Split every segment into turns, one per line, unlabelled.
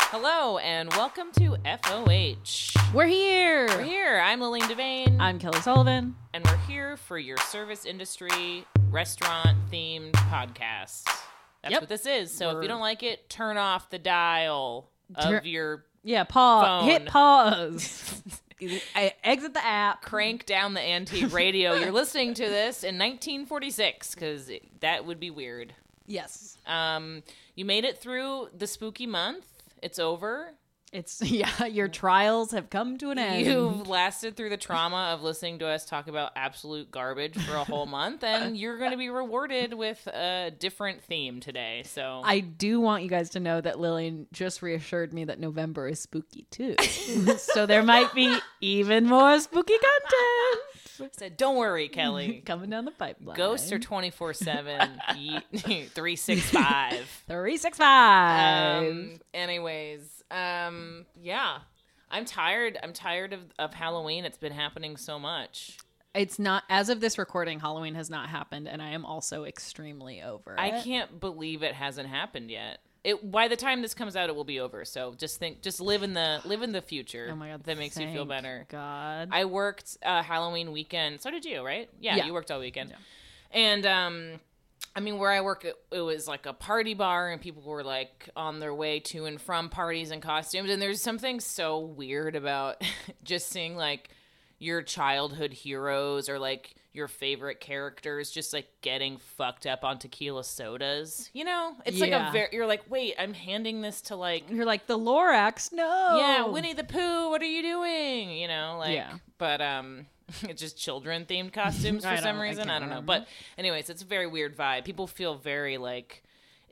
Hello and welcome to FOH.
We're here.
We're here. I'm Lillian Devane,
I'm Kelly Sullivan.
and we're here for your service industry restaurant themed podcast. That's
Yep.
what this is. So if
We're-
you don't like it, turn off the dial
Tur-
of your
Yeah, pause.
Phone.
Hit pause. I exit the app.
crank down the antique radio. You're listening to this in 1946 because that would be weird.
Yes.
Um, you made it through the spooky month. It's over.
It's yeah, your trials have come to an end.
You've lasted through the trauma of listening to us talk about absolute garbage for a whole month, and you're going to be rewarded with a different theme today. So
I do want you guys to know that Lillian just reassured me that November is spooky too. so there might be even more spooky content
said, don't worry, Kelly.
coming down the pipeline.
Ghosts are 24 7, 365.
365.
Um, anyways, um, yeah. I'm tired. I'm tired of, of Halloween. It's been happening so much.
it's not as of this recording Halloween has not happened and I am also extremely over
I
it.
can't believe it hasn't happened yet. It by the time this comes out, it will be over. So just think, just live in the live in the future.
Oh my god.
that makes you feel
thank
better.
God.
I worked uh, Halloween weekend. So did you, right? Yeah,
Yeah.
you worked all weekend. And um, I mean, where I work, it, it was like a party bar, and people were like on their way to and from parties and costumes. And there's something so weird about just seeing like your childhood heroes or like your favorite characters just like getting fucked up on tequila sodas. You know, it's like a
Yeah.
very you're like, wait, I'm handing this to like
You're like the Lorax. No.
yeah, Winnie the Pooh, what are you doing? You know, like,
Oh. Yeah.
but um, it's just children themed costumes
I
for
don't-
some
I
reason.
can't
I, don't know,
remember.
but anyways, it's a very weird vibe. People feel very like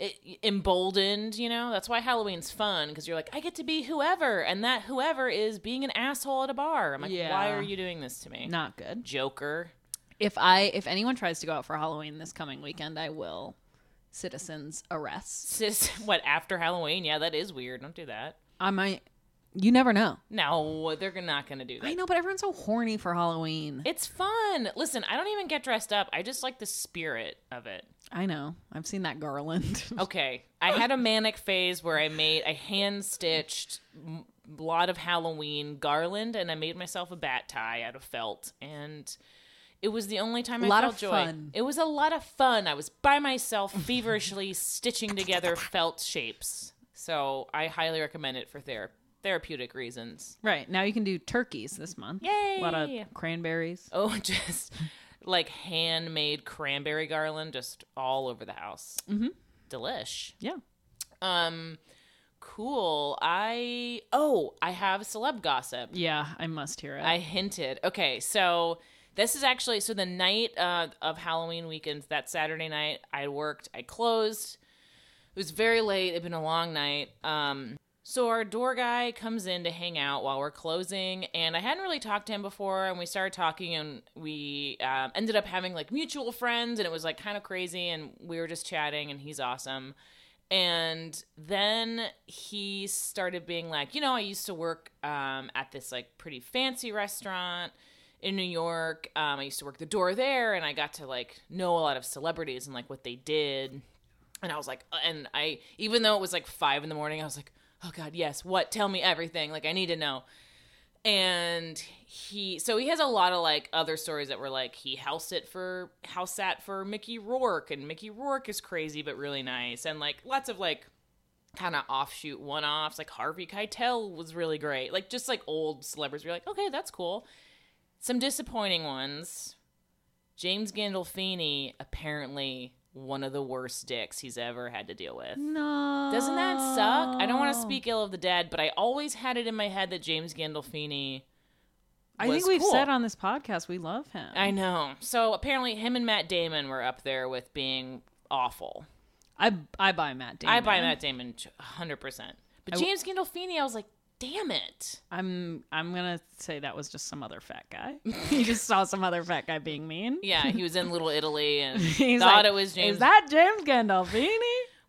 e- emboldened, you know. That's why Halloween's fun because you're like, I get to be whoever, and that whoever is being an asshole at a bar. I'm like, why
Yeah.
are you doing this to me,
Not good.
Joker?
If I if anyone tries to go out for Halloween this coming weekend, I will citizens arrest.
Sis, what after Halloween? Yeah, that is weird. Don't do that.
I might you never know.
No, they're not going to do that.
I know, but everyone's so horny for Halloween.
It's fun. Listen, I don't even get dressed up. I just like the spirit of it.
I know. I've seen that garland.
Okay, I had a manic phase where I made I hand stitched m- lot of Halloween garland, and I made myself a bat tie out of felt, and it was the only time I
Lot
felt
of
joy.
fun.
It was a lot of fun. I was by myself, feverishly stitching together felt shapes. So I highly recommend it for ther- therapeutic reasons.
right. Now you can do turkeys this month.
Yay!
A lot of cranberries.
Oh, just like handmade cranberry garland, just all over the house. Mm-hmm. Delish.
Yeah.
Um, cool. I oh, I have celeb gossip.
Yeah, I must hear it.
I hinted. Okay, so this is actually so the night uh, of Halloween weekends. That Saturday night, I worked. I closed. It was very late. It'd been a long night. Um, so our door guy comes in to hang out while we're closing, and I hadn't really talked to him before. And we started talking, and we um, ended up having like mutual friends, and it was like kind of crazy. And we were just chatting, and he's awesome. And then he started being like, you know, I used to work um, at this like pretty fancy restaurant in New York. Um, I used to work the door there, and I got to like know a lot of celebrities and like what they did. And I was like, uh, and I, even though it was like five in the morning, I was like, oh God, yes, what? Tell me everything. Like, I need to know. And he, so he has a lot of like other stories that were like, he house it for, house sat for Mickey Rourke, and Mickey Rourke is crazy, but really nice. And like lots of like kind of offshoot one offs, like Harvey Keitel was really great. Like, just like old celebrities, you're like, okay, that's cool. Some disappointing ones. James Gandolfini apparently one of the worst dicks he's ever had to deal with.
no.
Doesn't that suck? I don't want to speak ill of the dead, but I always had it in my head that James Gandolfini.
I think
was
we've
cool.
said on this podcast we love him.
I know. So apparently, him and Matt Damon were up there with being awful.
I I buy Matt Damon.
I buy Matt Damon hundred percent, but
w-
James Gandolfini, I was like, damn it.
I'm I'm gonna say that was just some other fat guy. you just saw some other fat guy being mean.
Yeah, he was in Little Italy and
He's
thought
like,
it was James.
Is that James Gandolfini?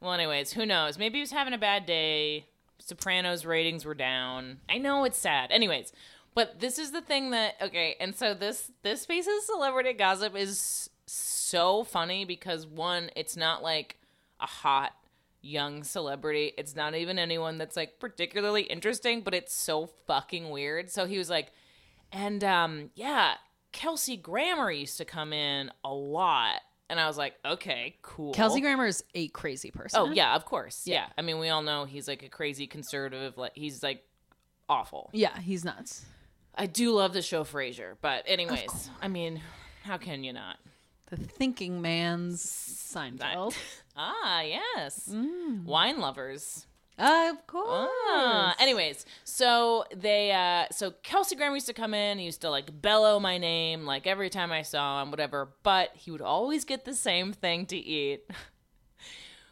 Well, anyways, who knows? Maybe he was having a bad day. Sopranos ratings were down. I know it's sad. Anyways, but this is the thing that okay, and so this this space's celebrity gossip is so funny because one, it's not like a hot young celebrity. It's not even anyone that's like particularly interesting, but it's so fucking weird. So he was like, and um, yeah, Kelsey Grammer used to come in a lot. And I was like, okay, cool.
Kelsey Grammer is a crazy person.
Oh yeah, of course. Yeah.
Yeah.
I mean, we all know he's like a crazy conservative. Like he's like awful.
Yeah, he's nuts.
I do love the show Frasier, but anyways,
course.
I mean, how can you not?
The thinking man's Seinfeld.
Ah, yes, wine lovers.
Uh, of course.
Ah, anyways, so they, uh, so Kelsey Grammer used to come in. He used to like bellow my name like every time I saw him, whatever. But he would always get the same thing to eat,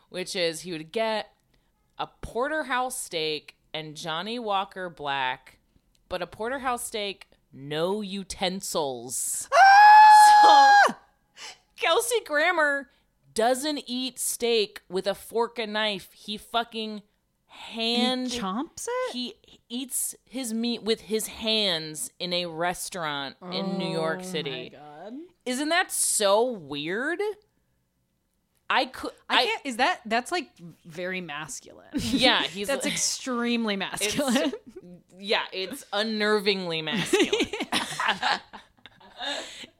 which is he would get a porterhouse steak and Johnny Walker Black, but a porterhouse steak, no utensils.
Ah!
So Kelsey Grammer doesn't eat steak with a fork and knife. He fucking hand
he chomps it.
he eats his meat with his hands in a restaurant in New
Oh
York City. Isn't that so weird? I could
I,
I,
can't. Is that that's like very masculine?
Yeah, he's-
that's extremely masculine.
yeah, it's unnervingly masculine.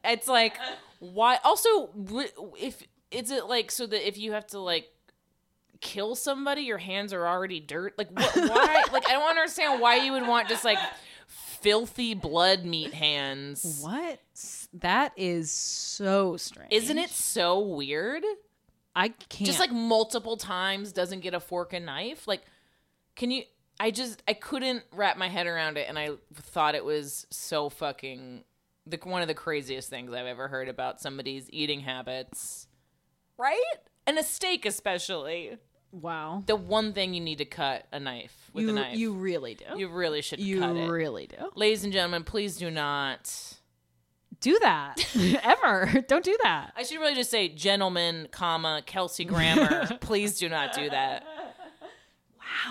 it's like why also w- if is it like so that if you have to like kill somebody your hands are already dirt like what why like I don't understand why you would want just like filthy blood meat hands.
what? That is so strange.
Isn't it so weird?
I can't.
Just like multiple times doesn't get a fork and knife. Like, can you? I just I couldn't wrap my head around it, and I thought it was so fucking the one of the craziest things I've ever heard about somebody's eating habits, right? And a steak, especially
wow.
the one thing you need to cut a knife with
you
a knife.
you really do.
You really should
You
cut it,
really do.
ladies and gentlemen. Please do not.
Do that ever? Don't do that.
I should really just say, gentlemen, comma Kelsey Grammer. please do not do that.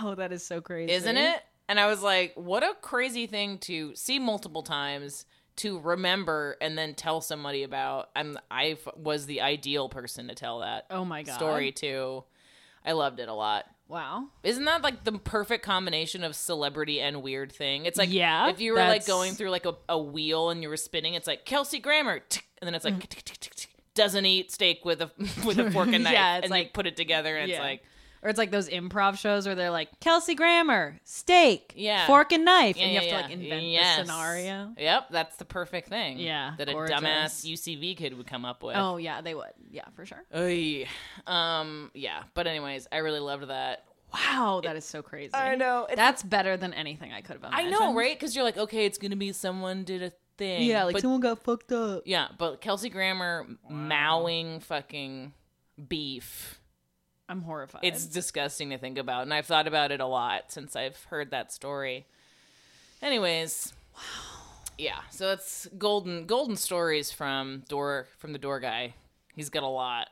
Wow, that is so crazy,
isn't it? And I was like, what a crazy thing to see multiple times, to remember, and then tell somebody about. And I f- was the ideal person to tell that
Oh my god.
story to. I loved it a lot.
Wow.
Isn't that like the perfect combination of celebrity and weird thing? It's like
Yeah,
if you were like
that's-
going through like a, a wheel and you were spinning, it's like Kelsey Grammer, tick, and then it's like tick, tick, tick, tick, doesn't eat steak with a with a fork and knife,
Mm. Yeah, it's
and
like-
you put it together, and it's
Yeah.
like
Or it's like those improv shows where they're like Kelsey Grammer, steak,
Yeah.
fork and knife,
Yeah,
and
yeah,
you have to like
yeah.
invent
Yes.
the scenario.
Yep, that's the perfect thing.
Yeah,
that a
gorgeous.
dumbass UCV kid would come up with.
Oh yeah, they would. Yeah, for sure.
Oy. um, yeah. But anyways, I really loved that.
Wow, that is so crazy.
know.
That's better than anything I could have
I
imagined.
know, right? Because you're like, okay, it's gonna be someone did a thing.
Yeah, like
but,
someone got fucked up.
yeah, but Kelsey Grammer mowing fucking beef.
I'm horrified.
It's disgusting to think about, and I've thought about it a lot since I've heard that story. Anyways, yeah, so that's golden golden stories from door from the door guy. He's got a lot.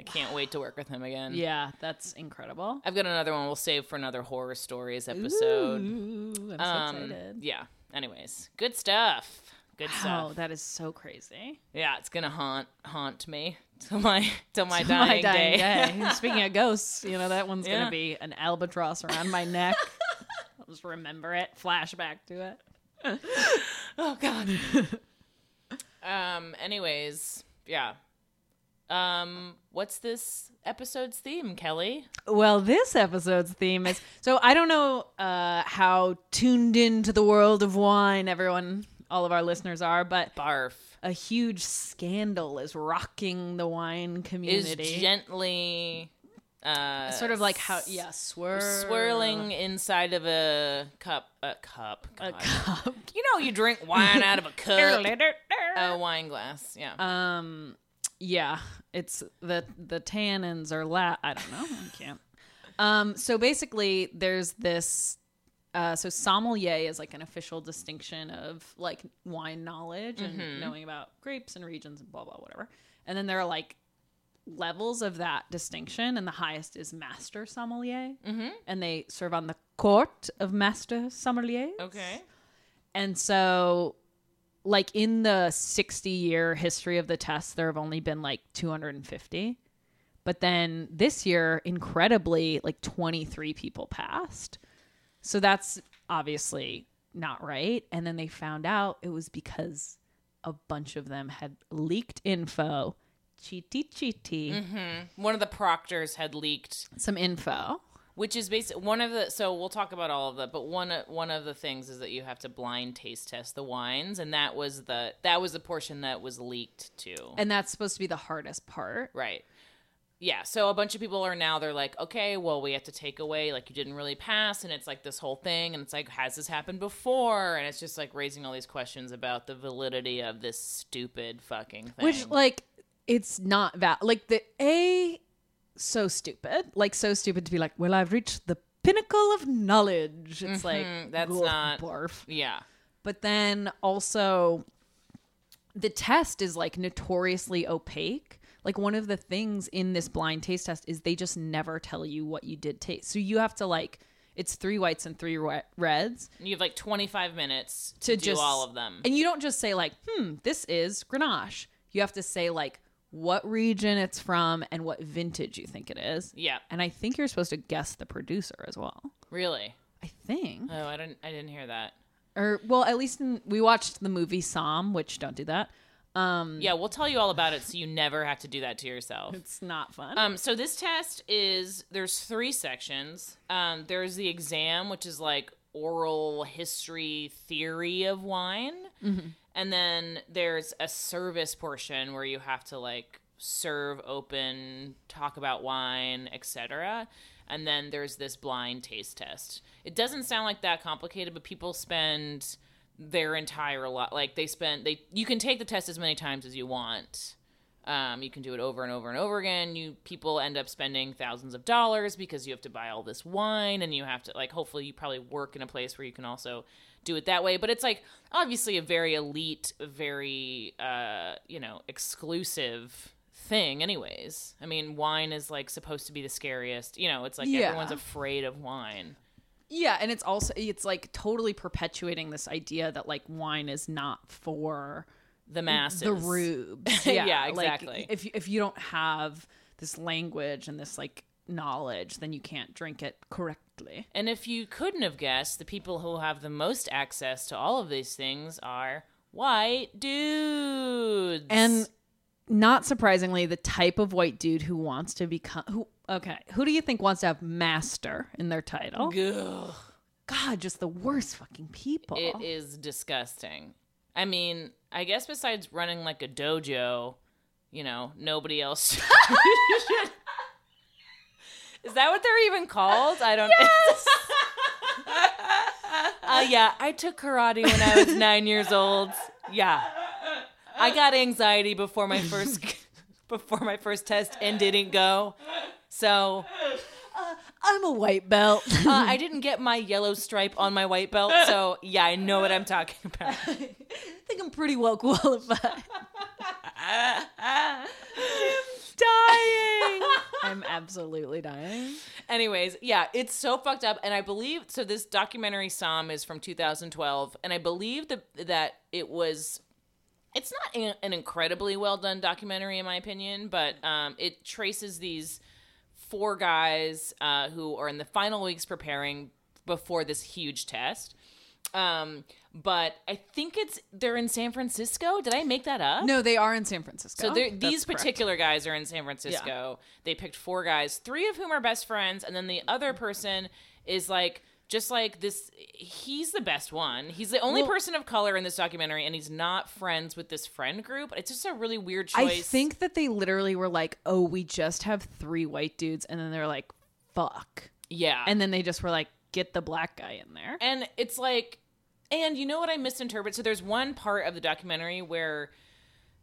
I can't wait to work with him again.
yeah, that's incredible.
I've got another one we'll save for another horror stories episode.
Ooh, I'm so
Um,
excited.
yeah. Anyways, good stuff. Good
Wow,
stuff.
that is so crazy.
Yeah, it's gonna haunt haunt me till my till my,
To
dying,
my dying
day.
day. Speaking of ghosts, you know that one's
Yeah.
gonna be an albatross around my neck. I'll just remember it. Flashback to it.
Oh God. um. Anyways, yeah. Um. What's this episode's theme, Kelly?
Well, this episode's theme is so I don't know uh, how tuned into the world of wine everyone, all of our listeners are, but
Barf
a huge scandal is rocking the wine
is
community.
gently, uh,
sort of like how, yeah, swirl,
swirling inside of a cup. A cup.
a
God.
cup.
You know, you drink wine out of a cup.
Uh,
a wine glass. Yeah.
um, yeah, it's the the tannins are la. I don't know. I can't. Um, so basically, there's this. Uh, so sommelier is like an official distinction of like wine knowledge and knowing about grapes and regions and blah blah whatever. And then there are like levels of that distinction, and the highest is master sommelier, mm-hmm. and they serve on the court of master sommeliers.
okay.
And so, like in the 60 year history of the test, there have only been like 250. But then this year, incredibly, like 23 people passed. So that's obviously not right. And then they found out it was because a bunch of them had leaked info, cheaty cheaty,
One of the proctors had leaked
some info.
which is basically one of the so we'll talk about all of that but one of- one of the things is that you have to blind taste test the wines and that was the that was the portion that was leaked too
And that's supposed to be the hardest part.
right yeah so a bunch of people are now they're like okay well we have to take away like you didn't really pass and it's like this whole thing and it's like has this happened before and it's just like raising all these questions about the validity of this stupid fucking thing
Which like it's not that like the A so stupid. Like so stupid to be like, well, I've reached the pinnacle of knowledge. It's like
Mhm, that's
ugh,
not-
barf.
yeah
But then also the test is like notoriously opaque. Like one of the things in this blind taste test is they just never tell you what you did taste. So you have to like it's three whites and three re- reds
you have like 25 minutes
to
to, do
just
all of them
And you don't just say like, "Hmm, this is Grenache." You have to say like what region it's from and what vintage you think it is.
yeah
And I think you're supposed to guess the producer as well.
really
I think.
oh i didn't i didn't hear that
Or well, at least in, we watched the movie Psalm, which don't do that. Um
Yeah, we'll tell you all about it so you never have to do that to yourself.
it's not fun.
Um, so this test is there's three sections. Um, there's the exam, which is like oral history theory of wine, and then there's a service portion where you have to like serve, open, talk about wine, etc. And then there's this blind taste test. It doesn't sound like that complicated, but people spend their entire lot like they spend they you can take the test as many times as you want. Um, you can do it over and over and over again. You people end up spending thousands of dollars because you have to buy all this wine and you have to like. Hopefully, you probably work in a place where you can also do it that way. But it's like obviously a very elite, very uh, you know exclusive thing. Anyways, I mean, wine is like supposed to be the scariest. You know, it's like
Yeah.
everyone's afraid of wine.
yeah, and it's also it's like totally perpetuating this idea that like wine is not for
The masses,
the rubes.
Yeah,
like,
exactly.
if you- if you don't have this language and this like knowledge, then you can't drink it correctly.
And if you couldn't have guessed, the people who have the most access to all of these things are white dudes.
And not surprisingly, the type of white dude who wants to become who okay, who do you think wants to have master in their title?
Ugh,
God, just the worst fucking people.
it is disgusting. I mean, I guess besides running like a dojo, you know, nobody else. is that what they're even called? I don't. Yes. uh, yeah, I took karate when I was nine years old. Yeah, I got anxiety before my first before my first test and didn't go. So
I'm a white belt.
Uh, I didn't get my yellow stripe on my white belt, so yeah, I know what I'm talking about.
I think I'm pretty well qualified. dying. I'm absolutely dying.
Anyways, yeah, it's so fucked up, and I believe so. This documentary Psalm is from 2012, and I believe that that it was. It's not an- an incredibly well done documentary, in my opinion, but um, it traces these four guys uh, who are in the final weeks preparing before this huge test. Um, but I think it's they're in San Francisco. Did I make that up?
No, they are in San Francisco.
So they're
Oh, That's
these
correct.
particular guys are in San Francisco. They picked four guys, three of whom are best friends, and then the other
Mm-hmm.
person is like just like this he's the best one. He's the only
Well-
person of color in this documentary and he's not friends with this friend group. It's just a really weird choice.
I think that they literally were like, "Oh, we just have three white dudes," and then they're like, "Fuck,"
yeah.
and then they just were like, "Get the black guy in there."
And it's like, and you know what I misinterpret? So there's one part of the documentary where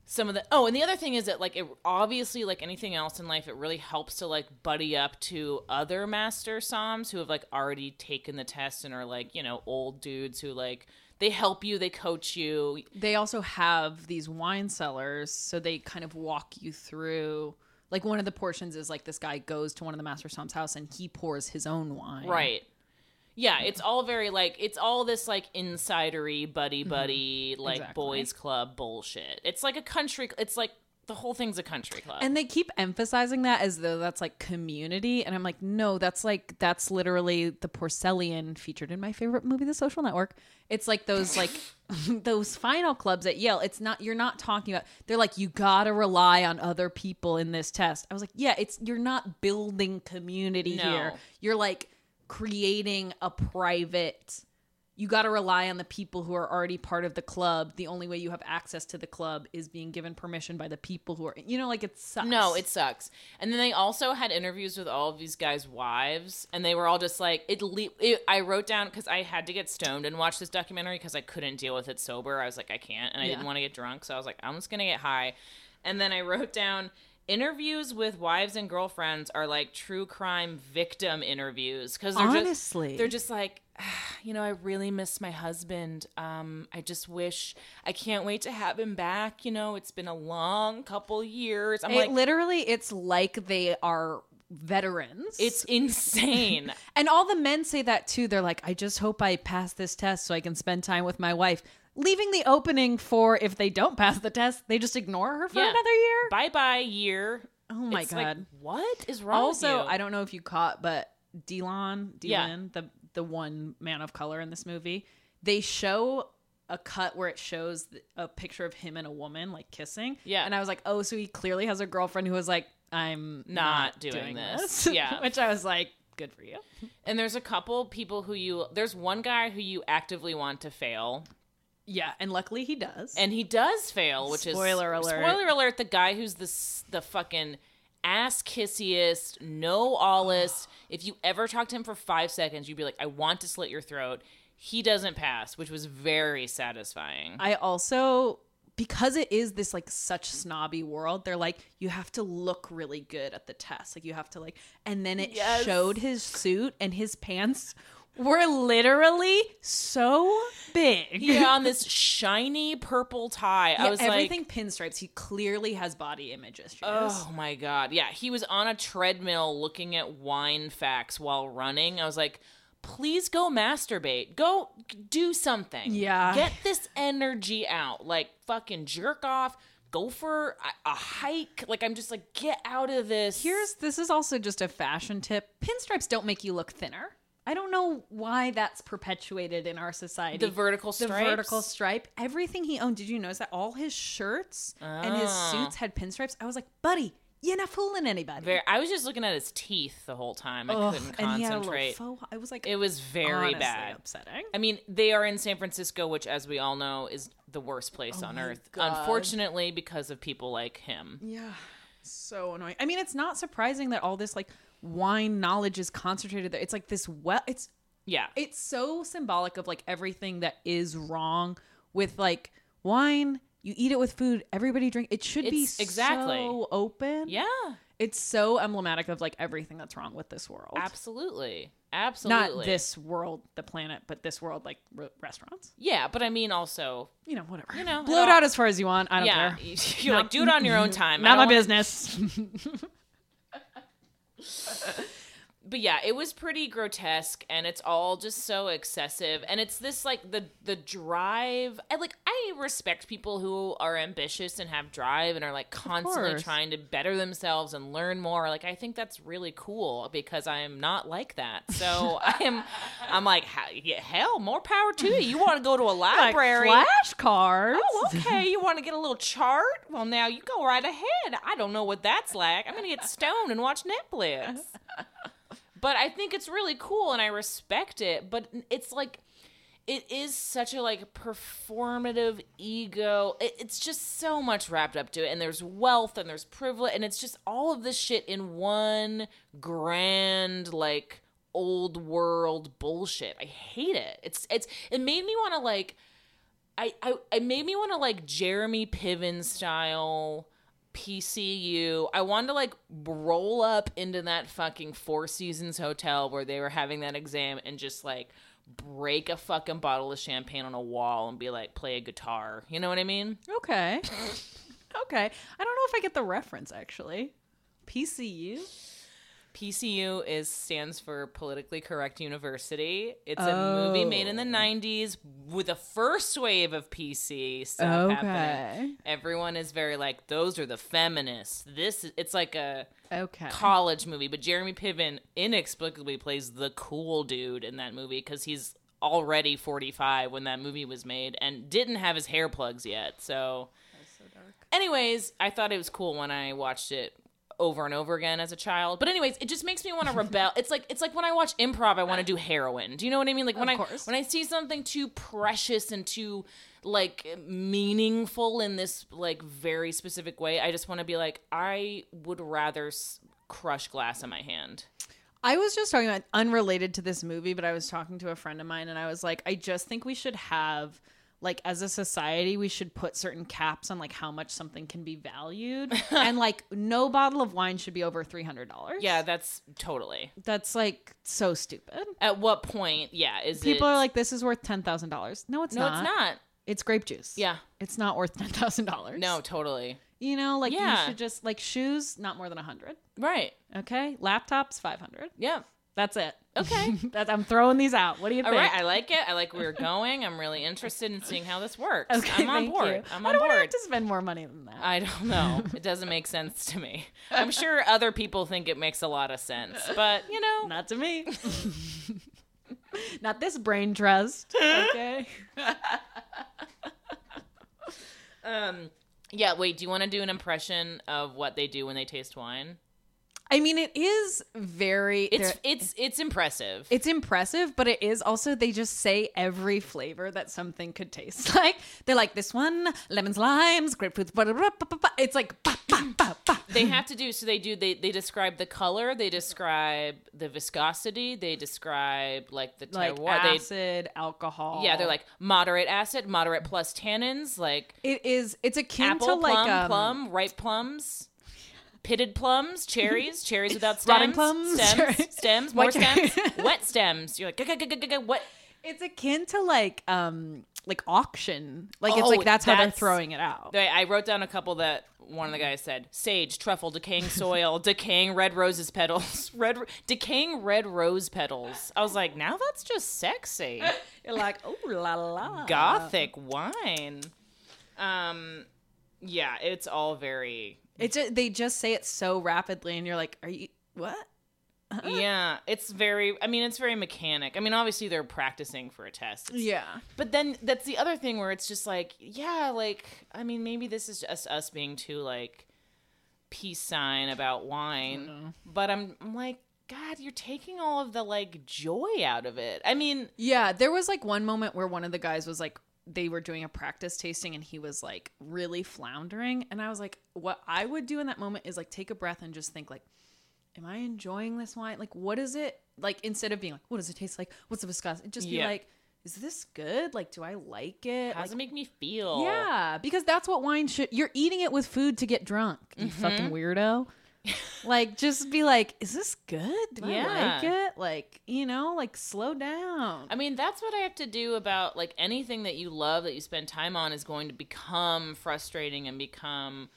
some of the oh, and the other thing is that like it obviously like anything else in life, it really helps to like buddy up to other master psalms who have like already taken the test and are like you know old dudes who like they help you, they coach you.
They also have these wine cellars, so they kind of walk you through. Like one of the portions is like this guy goes to one of the master psalms' house and he pours his own wine.
Right. Yeah, it's all very like it's all this like insidery buddy buddy like
Exactly.
boys club bullshit. It's like a country. It's like the whole thing's a country club.
And they keep emphasizing that as though that's like community. And I'm like, no, that's like, that's literally the Porcellian featured in my favorite movie, The Social Network. It's like those, like, those final clubs at Yale. It's not, you're not talking about, they're like, you gotta rely on other people in this test. I was like, yeah, it's, you're not building community
No.
here. You're like creating a private, you gotta rely on the people who are already part of the club. The only way you have access to the club is being given permission by the people who are, you know, like it sucks.
no, it sucks. And then they also had interviews with all of these guys' wives, and they were all just like, "It." Le- it I wrote down because I had to get stoned and watch this documentary because I couldn't deal with it sober. I was like, I can't, and I
Yeah.
didn't want to get drunk, so I was like, I'm just gonna get high. And then I wrote down interviews with wives and girlfriends are like true crime victim interviews because they're just
honestly,
they're just like "Ah, you know i really miss my husband um i just wish i can't wait to have him back you know it's been a long couple years i'm
It
like
literally, it's like they are veterans.
it's insane
and all the men say that too. They're like, I just hope I pass this test so I can spend time with my wife. Leaving the opening for if they don't pass the test, they just ignore her for
Yeah.
another year.
bye bye year
Oh my
It's like,
god!
what is wrong
also,
with you?
I don't know if you caught, but Delon, Delon,
Yeah.
the the one man of color in this movie, they show a cut where it shows th- a picture of him and a woman like kissing.
Yeah.
and I was like, oh, so he clearly has a girlfriend who was like, I'm not, doing, this.
Yeah.
which I was like, good for you.
and there's a couple people who you there's one guy who you actively want to fail
Yeah, and luckily he does.
and he does fail which
Spoiler
is
alert.
spoiler alert the guy who's the s- the fucking ass kissiest no allist if you ever talk to him for five seconds you'd be like i want to slit your throat he doesn't pass which was very satisfying
I also because it is this like such snobby world, they're like you have to look really good at the test. Like you have to like and then it
Yes.
showed his suit and his pants were literally so big.
he had on this shiny purple tie
Yeah,
i was like
everything pinstripes. He clearly has body image issues.
Oh my god. Yeah, he was on a treadmill looking at wine facts while running. I was like, "Please go masturbate. Go do something.
Yeah.
Get this energy out. Like fucking jerk off. Go for a, a hike. Like I'm just like, "Get out of this."
Here's this is also just a fashion tip. Pinstripes don't make you look thinner. I don't know why that's perpetuated in our society.
the vertical
the
stripes.
vertical stripe. Everything he owned. Did you notice that all his shirts and his
Ah.
suits had pinstripes? I was like, buddy, you're not fooling anybody.
Ver- I was just looking at his teeth the whole time. I
Ugh,
couldn't
and he had a little
concentrate.
faux- I was like,
It was very
honestly
bad.
upsetting.
I mean, they are in San Francisco, which, as we all know, is the worst place on
Oh my
earth,
God.
unfortunately, because of people like him.
Yeah, so annoying. I mean, it's not surprising that all this like wine knowledge is concentrated there. It's like this well. It's
Yeah.
it's so symbolic of like everything that is wrong with like wine. You eat it with food. Everybody drink. It should be
It's- exactly.
so open.
Yeah.
it's so emblematic of like everything that's wrong with this world.
Absolutely.
Not
Absolutely.
this world, the planet, but this world, like re- restaurants.
Yeah, but I mean also,
You know, whatever. You
know,
blow
it
it
all-
out as far as you want. I don't
yeah,
care.
you're like do it on your own time. I
Not
don't
my
wanna-
business.
But yeah, it was pretty grotesque, and it's all just so excessive, and it's this like the the drive. I like I respect people who are ambitious and have drive and are like constantly
course.
trying to better themselves and learn more. Like I think that's really cool because I'm not like that. So I am, I'm like, "Ha- yeah, hell, more power to you. You want to go to a
like
library?
flashcards.
Oh, okay. You want to get a little chart? Well, now you go right ahead. I don't know what that's like. I'm going to get stoned and watch Netflix. But I think it's really cool and I respect it. But it's like, it is such a like performative ego. It, it's just so much wrapped up to it. And there's wealth and there's privilege. And it's just all of this shit in one grand, like, old world bullshit. I hate it. It's, it's, it made me want to like, I, I it made me want to like Jeremy Piven style PCU. I wanted to like roll up into that fucking Four Seasons hotel where they were having that exam and just like break a fucking bottle of champagne on a wall and be like play a guitar. You know what I mean?
Okay. okay. I don't know if I get the reference actually. PCU.
PCU is stands for Politically Correct University. It's a movie made in the
Oh.
'90s with the first wave of PC stuff happening.
Okay.
Everyone is very like, those are the feminists. This is, it's like a
Okay.
college movie, but Jeremy Piven inexplicably plays the cool dude in that movie because he's already 45 when that movie was made and didn't have his hair plugs yet. So, anyways, I thought it was cool when I watched it over and over again as a child. But anyways, it just makes me want to rebel. It's like it's like when I watch improv, I want to do heroin. Do you know what I mean? Like when
Of
I
course.
when I see something too precious and too like meaningful in this like very specific way, I just want to be like I would rather s- crush glass in my hand.
I was just talking about unrelated to this movie, but I was talking to a friend of mine and I was like, I just think we should have like as a society we should put certain caps on like how much something can be valued and like no bottle of wine should be over $300
Yeah, that's totally.
that's like so stupid
At what point? Yeah, is
people
it-
are like this is worth $10000 no it's
no,
not
it's not.
it's grape juice
Yeah,
it's not worth $10000
no, totally.
you know like
Yeah.
you should just like shoes not more than 100
Right.
okay laptops 500
Yeah.
that's it
Okay.
that, i'm throwing these out what do you
All
think
right, I like it. I like where you're going. I'm really interested in seeing how this works.
Okay,
I'm on
thank
board.
You.
I'm
I
on
don't wanna have
board.
to spend more money than that.
I don't know. It doesn't make sense to me. I'm sure other people think it makes a lot of sense, but you know,
Uh, Not to me. Not this brain trust. Okay.
um, yeah. Wait, do you want to do an impression of what they do when they taste wine?
I mean, it is very.
It's
they're-
it's it's impressive.
it's impressive, but it is also they just say every flavor that something could taste like. They're like this one, lemons, limes, grapefruits. Blah, blah, blah, blah, blah. It's like bah, bah, bah, bah.
they have to do so. They do. They they describe the color. They describe the viscosity. They describe like the
like
terroir. They-
acid, alcohol.
yeah, they're like moderate acid, moderate plus tannins, like
it is. It's akin
apple,
to like
plum,
um,
plum, ripe plums, pitted plums, cherries, cherries without stems,
Rotting plums,
stems,
cherry-
stems, more
white cherry-
stems, wet stems. You're like, "Gah, gah, gah, gah, gah, what?
It's akin to like um like auction. Like it's
Oh,
like that's, how they're
that's-
throwing it out.
I I wrote down a couple that one of the guys said: sage, truffle, decaying soil, decaying red roses petals, red decaying red rose petals. I was like, now that's just sexy,
You're like, oh la la.
gothic wine. Um, yeah, it's all very
It just, they just say it so rapidly, and you're like, are you what?
yeah it's very i mean it's very mechanic i mean obviously they're practicing for a test It's-
Yeah.
but then that's the other thing where it's just like yeah like i mean maybe this is just us being too like peace sign about wine but I'm, I'm like god you're taking all of the like joy out of it i mean
Yeah. There was like one moment where one of the guys was like, they were doing a practice tasting, and he was like really floundering, and I was like, what I would do in that moment is like take a breath and just think like, am I enjoying this wine? Like, what is it? Like instead of being like, what does it taste like? What's the viscosity? Just be
Yeah.
like. Is this good? Like, do I like it?
how
Like,
does it make me feel
Yeah, because that's what wine should. You're eating it with food to get drunk. You
Mm-hmm.
fucking weirdo. like, just be like, is this good? Do
Yeah.
I like it? Like, you know, like slow down.
I mean, that's what I have to do about like anything that you love that you spend time on is going to become frustrating and become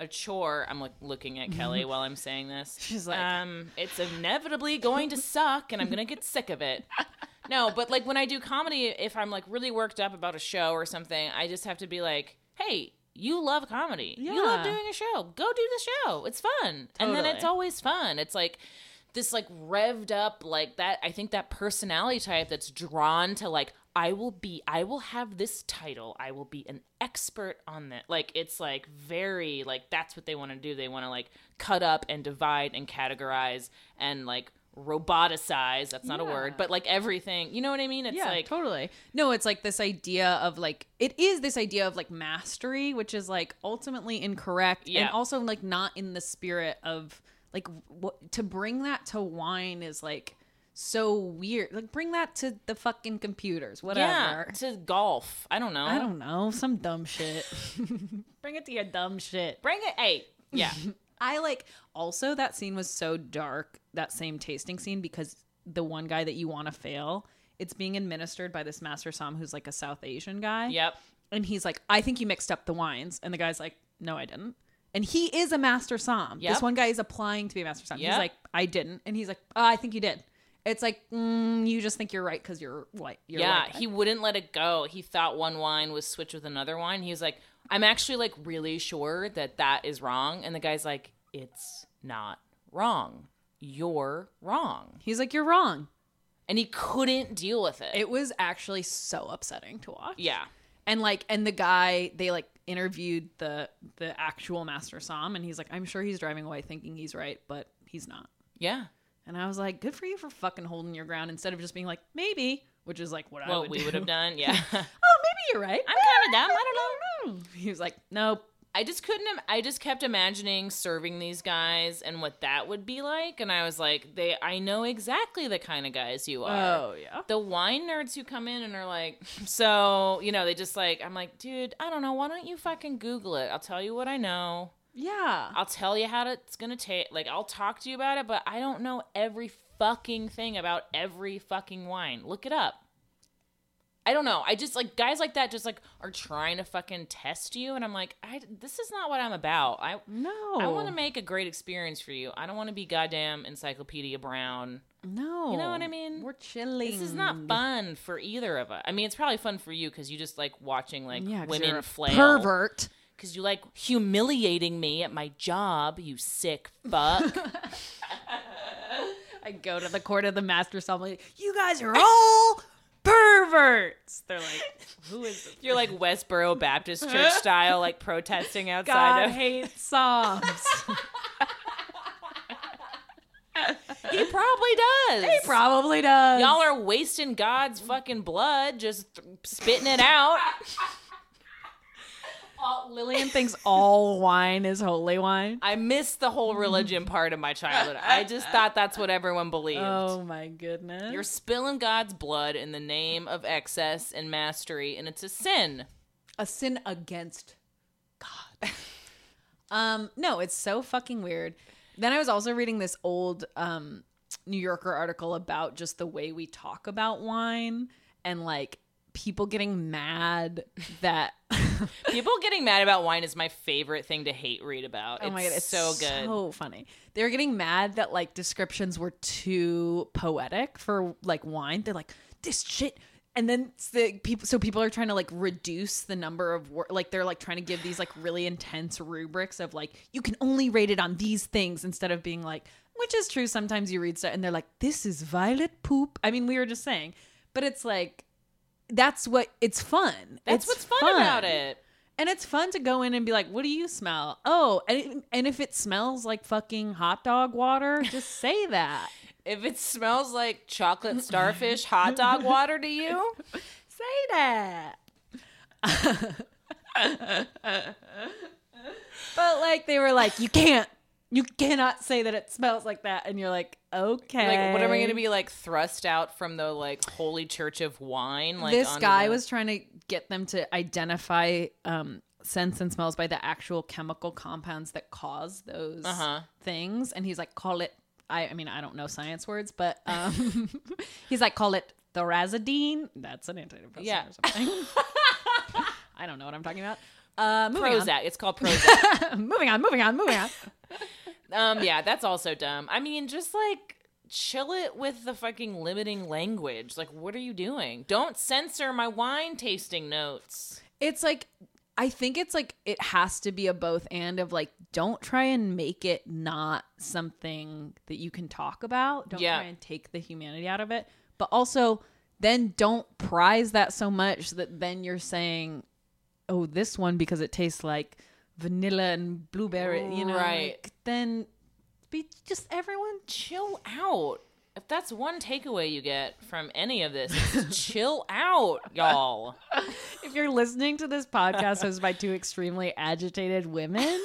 a chore. I'm like looking at Kelly while I'm saying this.
She's like-
um, it's inevitably going to suck, and I'm gonna get sick of it. No, but like when I do comedy, if I'm like really worked up about a show or something, I just have to be like, hey. You love comedy. You love
Yeah.
doing a show. Go do the show. It's fun. And then
Totally.
it's always fun. It's like this like revved up like that i think that personality type that's drawn to like i will be i will have this title i will be an expert on that like it's like very like that's what they want to do they want to like cut up and divide and categorize and like roboticize that's not a word
Yeah.
but like everything you know what i mean it's
yeah,
like
totally. No, it's like this idea of like it is this idea of like mastery, which is like ultimately incorrect,
Yeah.
and also like not in the spirit of like w- to bring that to wine is like so weird. Like bring that to the fucking computers, whatever.
yeah to golf i don't know
I don't know, some dumb shit. Bring it to your dumb shit.
bring it hey yeah
I like also that scene was so dark, that same tasting scene because the one guy that you want to fail, it's being administered by this master som who's like a South Asian guy.
yep
And he's like, "I think you mixed up the wines." And the guy's like, "No, I didn't." And he is a master som. This
Yep.
one guy is applying to be a master som. He's
Yep.
like, I didn't, and he's like, oh, I think you did. It's like mm, you just think you're right because you're white. You're
yeah,
white.
he wouldn't let it go. He thought one wine was switched with another wine. He was like, "I'm actually like really sure that that is wrong." And the guy's like, "It's not wrong. You're wrong."
he's like, you're wrong.
And he couldn't deal with it.
It was actually so upsetting to watch.
yeah.
and like and the guy they like interviewed the the actual master som and he's like i'm sure he's driving away thinking he's right but he's not
Yeah.
and i was like good for you for fucking holding your ground instead of just being like maybe which is like what i
What
would
we
do.
would have done. Yeah.
oh maybe you're right
I'm kind of dumb. I don't know.
don't know he was like nope
I just couldn't. Im- I just kept imagining serving these guys and what that would be like, and I was like, "They, I know exactly the kind of guys you are."
oh yeah
The wine nerds who come in and are like, "So you know," they just like, "I'm like, dude, I don't know. Why don't you fucking Google it? I'll tell you what I know.
yeah
I'll tell you how it's gonna take. Like, I'll talk to you about it, but I don't know every fucking thing about every fucking wine. Look it up." I don't know. I just like guys like that just like are trying to fucking test you and I'm like, I this is not what I'm about. I
no
I want to make a great experience for you. I don't want to be goddamn Encyclopedia Brown.
no
what I mean?
we're chilling
This is not fun for either of us. I mean, it's probably fun for you because you just like watching like
yeah 'cause you're
women
a
flail.
pervert
Because you like humiliating me at my job, you sick fuck.
I go to the court of the master sommelier. You guys are all perverts. They're like, who is this?
You're like Westboro Baptist Church style, like protesting outside
God
of.
hates sobs.
He probably does.
he probably does.
Y'all are wasting God's fucking blood, just th- spitting it out.
Oh, Lillian thinks all wine is holy wine.
I missed the whole religion part of my childhood. I just thought that's what everyone believed.
Oh my goodness.
You're spilling God's blood in the name of excess and mastery, and it's a sin.
a sin against God. um, no, it's so fucking weird. Then I was also reading this old um, New Yorker article about just the way we talk about wine and like people getting mad that.
People getting mad about wine is my favorite thing to hate read about.
Oh
it's,
my god, it's
so good.
so funny. They were getting mad that like descriptions were too poetic for like wine. They're like this shit, and then it's the people. So people are trying to like reduce the number of wor- like they're like trying to give these like really intense rubrics of like you can only rate it on these things instead of being like, which is true. Sometimes you read stuff and they're like, this is violet poop. I mean, we were just saying, but it's like. That's what it's fun.
That's
It's
what's fun, about it.
and it's fun to go in and be like, "What do you smell?" Oh, and and if it smells like fucking hot dog water, just say that.
If it smells like chocolate starfish hot dog water to you,
say that. but like they were like, "You can't. You cannot say that it smells like that." And you're like, "Okay."
like, what am I going to be like thrust out from the like holy church of wine? Like
this
onto
guy
the-
was trying to get them to identify um, scents and smells by the actual chemical compounds that cause those
Uh-huh.
things, and he's like, call it. I, I mean, I don't know science words, but um, he's like, call it thorazidine. That's an antidepressant
Yeah.
or something. I don't know what I'm talking about. Uh, moving on.
Prozac. It's called Prozac.
moving on. Moving on. Moving on.
um, yeah, that's also dumb. I mean, just like chill it with the fucking limiting language. Like, what are you doing? Don't censor my wine tasting notes.
it's like I think it's like it has to be a both and of like don't try and make it not something that you can talk about. Don't
Yeah.
try and take the humanity out of it. But also then don't prize that so much that then you're saying, Oh, this one because it tastes like vanilla and blueberry, you know.
Right.
like, then be just everyone
Chill out. If that's one takeaway you get from any of this, it's chill out, y'all.
if you're listening to this podcast hosted by two extremely agitated women.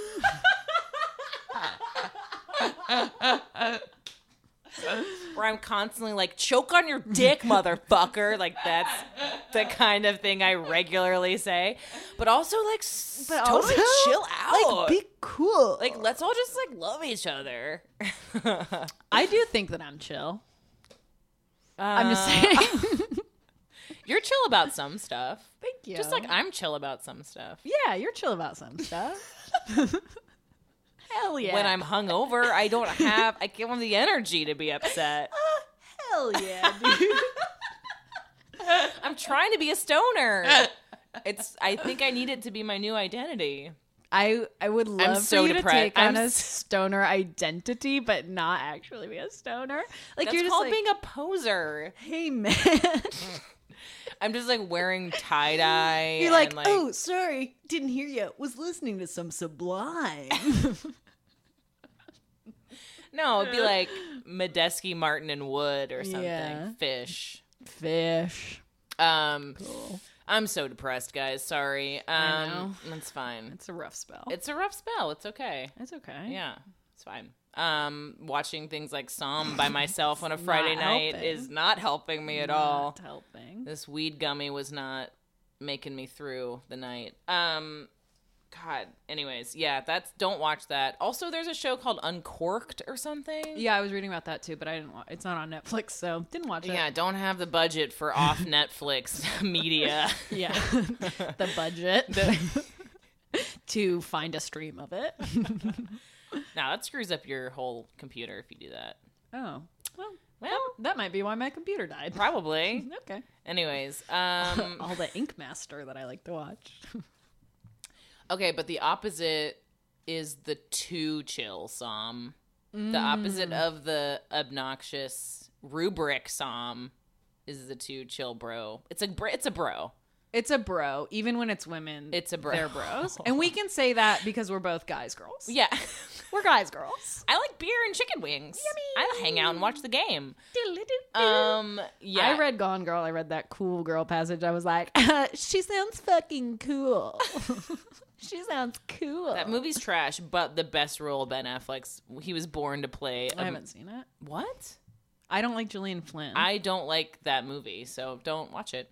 Where I'm constantly like, choke on your dick, motherfucker. Like, that's the kind of thing I regularly say. But also, like, s-
But
totally
also,
chill out. Like,
cool.
Oh. like, let's all just, like, love each other.
I do think that I'm chill. I'm just saying.
You're chill about some stuff.
Thank you.
Just like I'm chill about some stuff.
yeah, you're chill about some stuff. Hell yeah.
When I'm hungover, I don't have I don't have the energy to be upset.
Hell yeah, dude.
I'm trying to be a stoner. It's I think I need it to be my new identity.
I I would love for
so
you
depressed.
to take on
I'm
a
s-
stoner identity, but not actually be a stoner. Like
That's
you're just
called
like,
being a poser.
hey man.
I'm just like wearing tie dye.
You're like,
and,
oh, sorry, didn't hear you. Was listening to some Sublime.
no, it'd be like Medeski, Martin, and Wood or something.
Yeah.
Fish.
Fish.
Um,
Cool.
I'm so depressed, guys. Sorry.
I
Um, that's fine.
It's a rough spell.
It's a rough spell. It's okay.
It's okay.
Yeah, it's fine. Um, watching things like Psalm by myself on a Friday night
helping.
is not helping me at
Not
all.
helping.
This weed gummy was not making me through the night. Um, God. Anyways, yeah, that's don't watch that. Also, there's a show called Uncorked or something.
Yeah, I was reading about that too, but I didn't. Wa- it's not on Netflix, so didn't watch it.
Yeah, don't have the budget for off Netflix media.
yeah. the budget
The-
to find a stream of it.
now that screws up your whole computer if you do that.
oh, well,
Well,
that might be why my computer died.
probably.
Okay.
Anyways, um,
All the Ink Master that I like to watch.
Okay, but the opposite is the too chill psalm. The opposite of the obnoxious rubric psalm is the too chill bro. It's a br- it's a bro.
It's a bro, even when it's women.
It's a bro.
They're bros, and we can say that because we're both guys, girls.
Yeah.
we're guys, girls.
I like beer and chicken wings. I hang out and watch the game.
Uh,
Um yeah.
I read Gone Girl. I read that cool girl passage. I was like, she sounds fucking cool. she sounds cool.
that movie's trash, but the best role Ben Affleck's he was born to play a-
I haven't seen it.
what?
I don't like Gillian Flynn.
I don't like that movie, so don't watch it.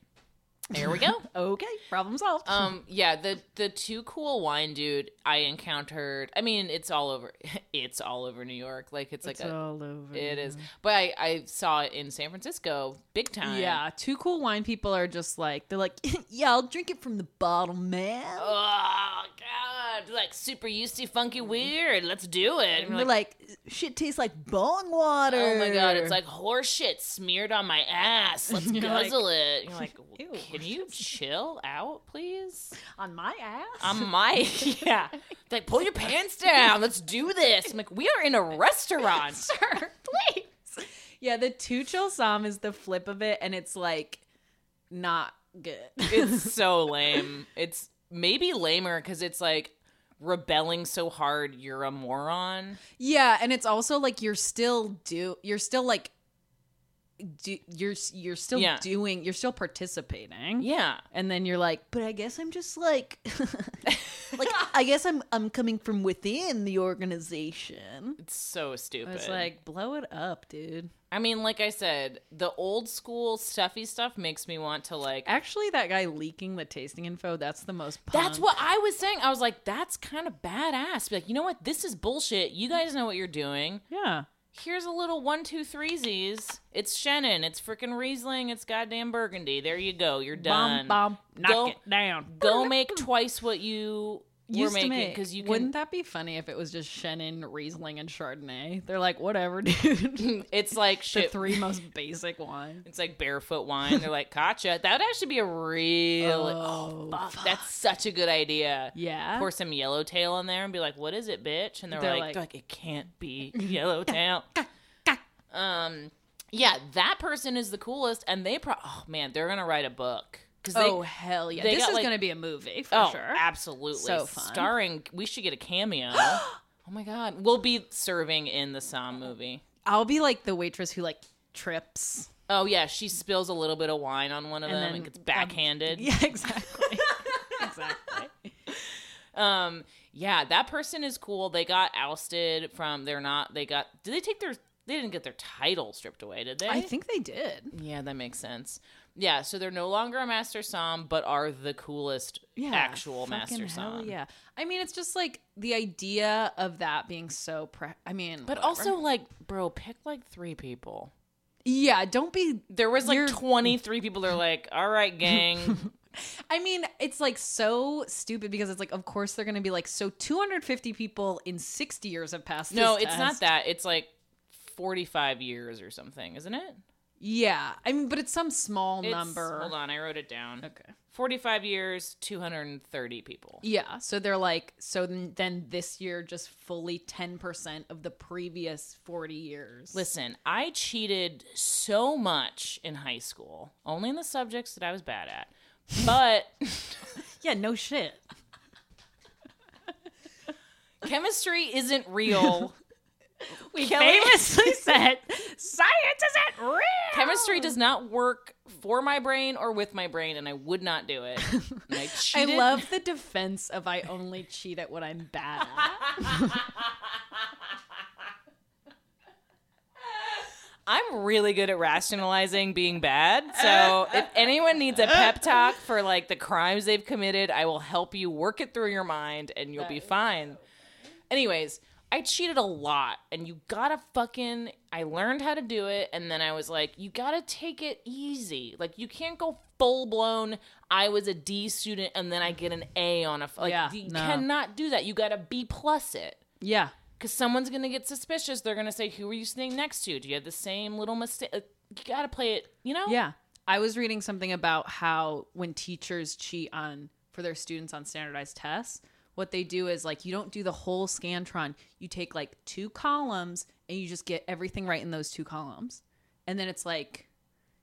There we go.
okay, problem solved.
um yeah the the two cool wine dude i encountered i mean it's all over it's all over new york like it's like
it's
a,
all over.
it is but i i saw it in san francisco big time
Yeah, two cool wine people are just like they're like, yeah, I'll drink it from the bottle, man.
oh god like super used funky
Mm-hmm.
weird let's do it And
and
you're
they're like, shit tastes like bong water.
Oh my god, it's like horseshit smeared on my ass. Let's
You're like-
guzzle it. And You're like,
Ew.
can you chill out, please?
on my ass.
I'm Mike. Yeah. Like, pull your pants down. Let's do this. I'm like, we are in a restaurant.
sir, please. Yeah, the two chill psalm is the flip of it, and it's like not good.
It's so lame. It's maybe lamer because it's like rebelling so hard you're a moron.
yeah, and it's also like you're still do you're still like do, you're you're still
Yeah.
doing you're still participating.
Yeah.
And then you're like, but I guess I'm just like like I guess I'm I'm coming from within the organization.
It's so stupid.
It's like blow it up, dude.
I mean, like I said, the old school stuffy stuff makes me want to like.
Actually, that guy leaking the tasting info, that's the most punk.
That's what I was saying. I was like, that's kind of badass. Be like, you know what? This is bullshit. You guys know what you're doing.
Yeah.
Here's a little one, two, threesies. It's Shannon. It's freaking Riesling. It's goddamn Burgundy. There you go. You're done.
Bomb, bomb, knock
Go-
it down.
Go make twice what you were
Used to
making
make.
because you
Wouldn't
can.
that be funny if it was just Shannon, Riesling, and Chardonnay? They're like, whatever, dude.
It's like
the
shit.
three most basic wines.
it's like barefoot wine. They're like, gotcha. That would actually be a real.
Oh,
Oh, fuck. That's such a good idea.
Yeah.
Pour some yellowtail in there and be like, what is it, bitch? And they're,
They're
like,
like-
they're like, it can't be yellowtail. um, yeah, that person is the coolest. And they pro. Oh, man, they're going to write a book. Because
oh hell yeah!
they
This
got,
is
like-
gonna be a movie for
Oh,
sure.
absolutely.
So fun.
Starring, we should get a cameo. oh my god, we'll be serving in the Sam movie.
I'll be like the waitress who like trips.
Oh yeah, she spills a little bit of wine on one of
And
them
then,
and gets backhanded.
Yeah, exactly. exactly.
Um, yeah, that person is cool. They got ousted from. They're not. They got. Did they take their? They didn't get their title stripped away, did they?
I think they did.
Yeah, that makes sense. Yeah, so they're no longer a master som, but are the coolest
Yeah,
actual
fucking
master
hell
som.
Yeah, I mean, it's just like the idea of that being so. Pre- I mean,
But
whatever.
also, like, bro, pick like three people.
yeah, don't be
There was like
You're-
23 people that are like, all right, gang,
I mean, it's like so stupid because it's like, of course they're going to be like, so 250 people in 60 years have passed.
no,
this
it's not
test.
that. It's like 45 years or something, isn't it?
Yeah, I mean, but it's some small
It's-
number.
Hold on, I wrote it down.
Okay.
45 years, 230 people.
Yeah, so they're like, so then then this year just fully 10% of the previous 40 years.
Listen, I cheated so much in high school, only in the subjects that I was bad at. But
yeah, no shit.
chemistry isn't real.
We
Kelly-
famously said, science isn't real.
chemistry does not work for my brain or with my brain, and I would not do it. And I,
I
cheated.
love the defense of I only cheat at what I'm bad at.
I'm really good at rationalizing being bad. So if anyone needs a pep talk for like the crimes they've committed, I will help you work it through your mind and you'll be fine. Anyways, I cheated a lot and you gotta fucking I learned how to do it and then I was like, you gotta take it easy. Like you can't go full blown I was a D student and then I get an A on a f- like
Yeah,
you
no.
cannot do that. You gotta B plus it
Yeah.
because someone's gonna get suspicious. They're gonna say, "Who are you sitting next to? Do you have the same little mistake?" Like, you gotta play it, you know.
Yeah. I was reading something about how when teachers cheat on for their students on standardized tests, what they do is like you don't do the whole Scantron. You take like two columns and you just get everything right in those two columns. And then it's like,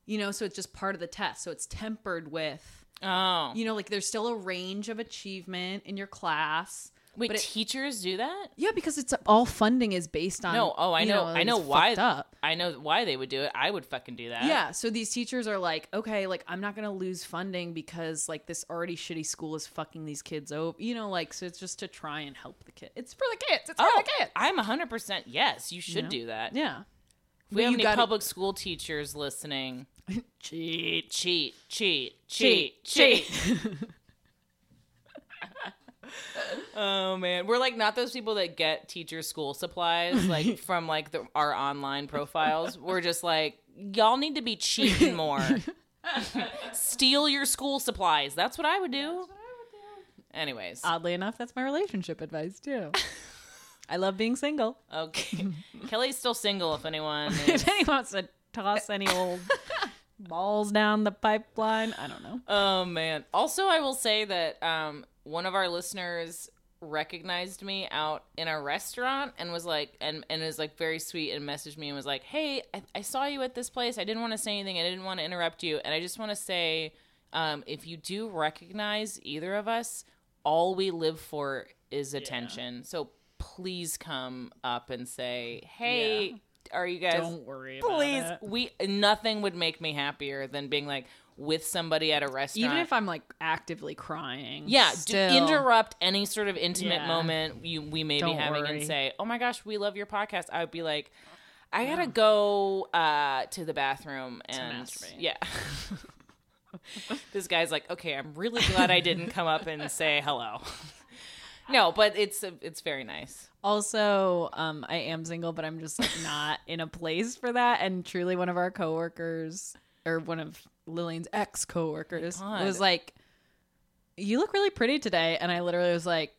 you know, so it's just part of the test. So it's tempered with,
Oh,
you know, like there's still a range of achievement in your class.
wait,
but it-
teachers do that?
Yeah, because it's all funding is based on.
No. Oh, I
Um, you
know. I
it's
know why.
fucked Up.
I know why they would do it. I would fucking do that.
Yeah. So these teachers are like, okay, like I'm not gonna lose funding because like this already shitty school is fucking these kids over. You know, like so it's just to try and help the kid. It's for the kids. It's for
Oh,
the kids.
I'm 100. percent Yes, you should do that.
yeah.
If we
But
have
you
any
gotta-
public school teachers listening,
Cheat.
cheat, cheat, cheat,
Cheat.
cheat. Oh man, we're like not those people that get teacher school supplies like from like the, our online profiles. We're just like y'all need to be cheating more. Steal your school supplies. That's what I would Uh, do. Anyways,
Oddly enough, that's my relationship advice too. I love being single.
okay. Kelly's still single. If anyone, is-
if anyone wants to toss any old balls down the pipeline, I don't know.
oh man. Also, I will say that um, one of our listeners recognized me out in a restaurant and was like and and is like very sweet and messaged me and was like hey I, I saw you at this place i didn't want to say anything i didn't want to interrupt you and i just want to say um, if you do recognize either of us all we live for is attention so please come up and say hey are you guys
Don't worry. about
please
it.
we nothing would make me happier than being like with somebody at a restaurant
Even if I'm like actively crying.
yeah, d-
still.
interrupt any sort of intimate
Yeah.
moment you we may be
Don't
having and
worry.
say, "Oh my gosh, we love your podcast." I would be like, "I gotta go uh, to the bathroom and
masturbate.
yeah." this guy's like, "Okay, I'm really glad I didn't come up and say hello." no, but it's it's very nice.
Also, um, I am single, but I'm just like not in a place for that. And truly, one of our coworkers, or one of Lillian's ex coworkers,
Oh my God.
was like, "You look really pretty today," and I literally was like,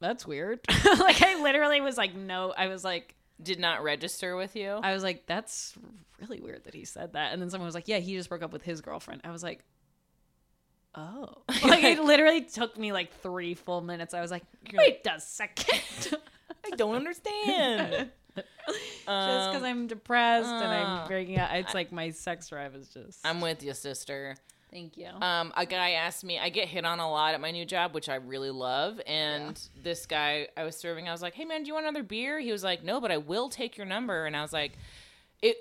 "That's weird." like, I literally was like, "No," I was like,
Did not register with you.
"I was like, that's really weird that he said that." And then someone was like, "Yeah, he just broke up with his girlfriend." I was like. Oh, like it literally took me like three full minutes. I was like, "Wait a second.
I don't understand.
just because I'm depressed and
uh,
I'm breaking out. It's like my sex drive is just.
I'm with you, sister.
thank you.
um, a guy asked me i get hit on a lot at my new job which i really love and this guy i was serving i was like hey man do you want another beer he was like no but i will take your number and i was like it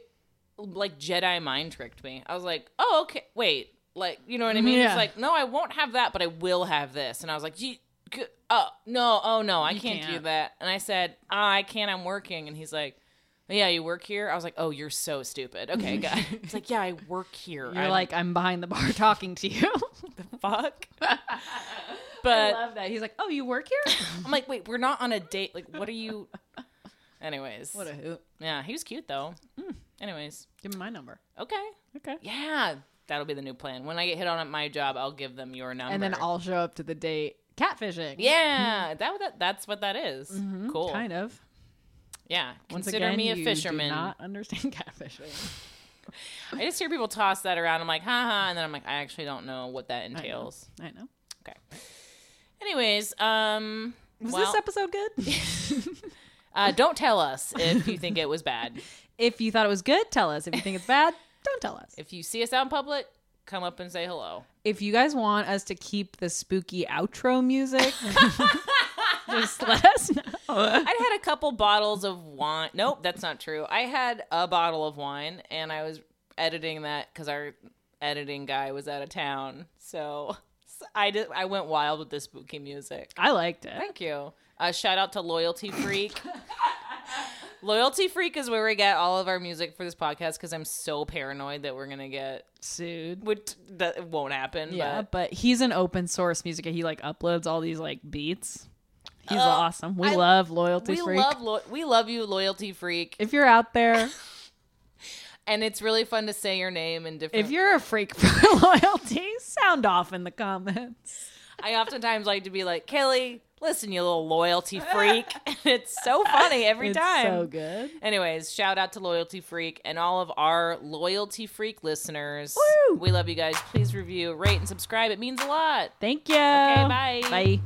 like jedi mind tricked me i was like oh okay wait like you know what i mean
Yeah.
it's like no i won't have that but i will have this and i was like you g- oh no oh no i
You
can't, do
can't.
that and i said Ah, i can't i'm working and he's like yeah, you work here. I was like, "Oh, you're so stupid." Okay, got it. It's like, "Yeah, I work here."
You're
I'm-
like I'm behind the bar talking to you.
fuck.
I
but
love that. He's like, oh, you work here?
I'm like, wait, we're not on a date. Like, what are you? Anyways,
what a Mm. hoot.
yeah, he was cute though. Anyways,
Give me my number.
okay,
Okay.
yeah, That'll be the new plan. When I get hit on at my job, I'll give them your number.
and then I'll Mm-hmm. show up to the date catfishing.
Yeah, that, that that's what that is.
Mhm,
Cool.
Kind of.
Yeah.
Once
Consider
again,
me a
you do
fisherman.
not understand catfishing.
I just hear people toss that around. I'm like, haha, and then I'm like, I actually don't know what that
know.
entails.
I know.
Anyways, um,
Was
well,
this episode good?
uh, don't tell us if you think it was bad.
if you thought it was good, tell us. If you think it's bad, don't tell us.
If you see us out in public, come up and say hello.
If you guys want us to keep the spooky outro music, just let us know.
I'd had a couple bottles of wine. Nope, that's not true. I had a bottle of wine, and I was editing that because our editing guy was out of town. So s- I did. I went wild with the spooky music.
I liked it.
Thank you. Uh, shout out to Loyalty Freak. Loyalty Freak is where we get all of our music for this podcast because I'm so paranoid that we're gonna get
Sued.
which that won't happen.
Yeah,
Yeah.
but, he's an open source music. He like uploads all these like beats. He's
Uh,
awesome. Oh, We
I-
love loyalty
we
freak.
love lo- we love you, Loyalty Freak,
if you're out there,
and it's really fun to say your name in different.
if you're a freak for loyalty, sound off in the comments.
I oftentimes like to be like, Kelly, listen, you little loyalty freak. it's so funny every
it's
time.
so good.
Anyways, shout out to Loyalty Freak and all of our Loyalty Freak listeners.
Woo!
We love you guys. Please review, rate, and subscribe. It means a lot.
Thank you.
bye.
Bye.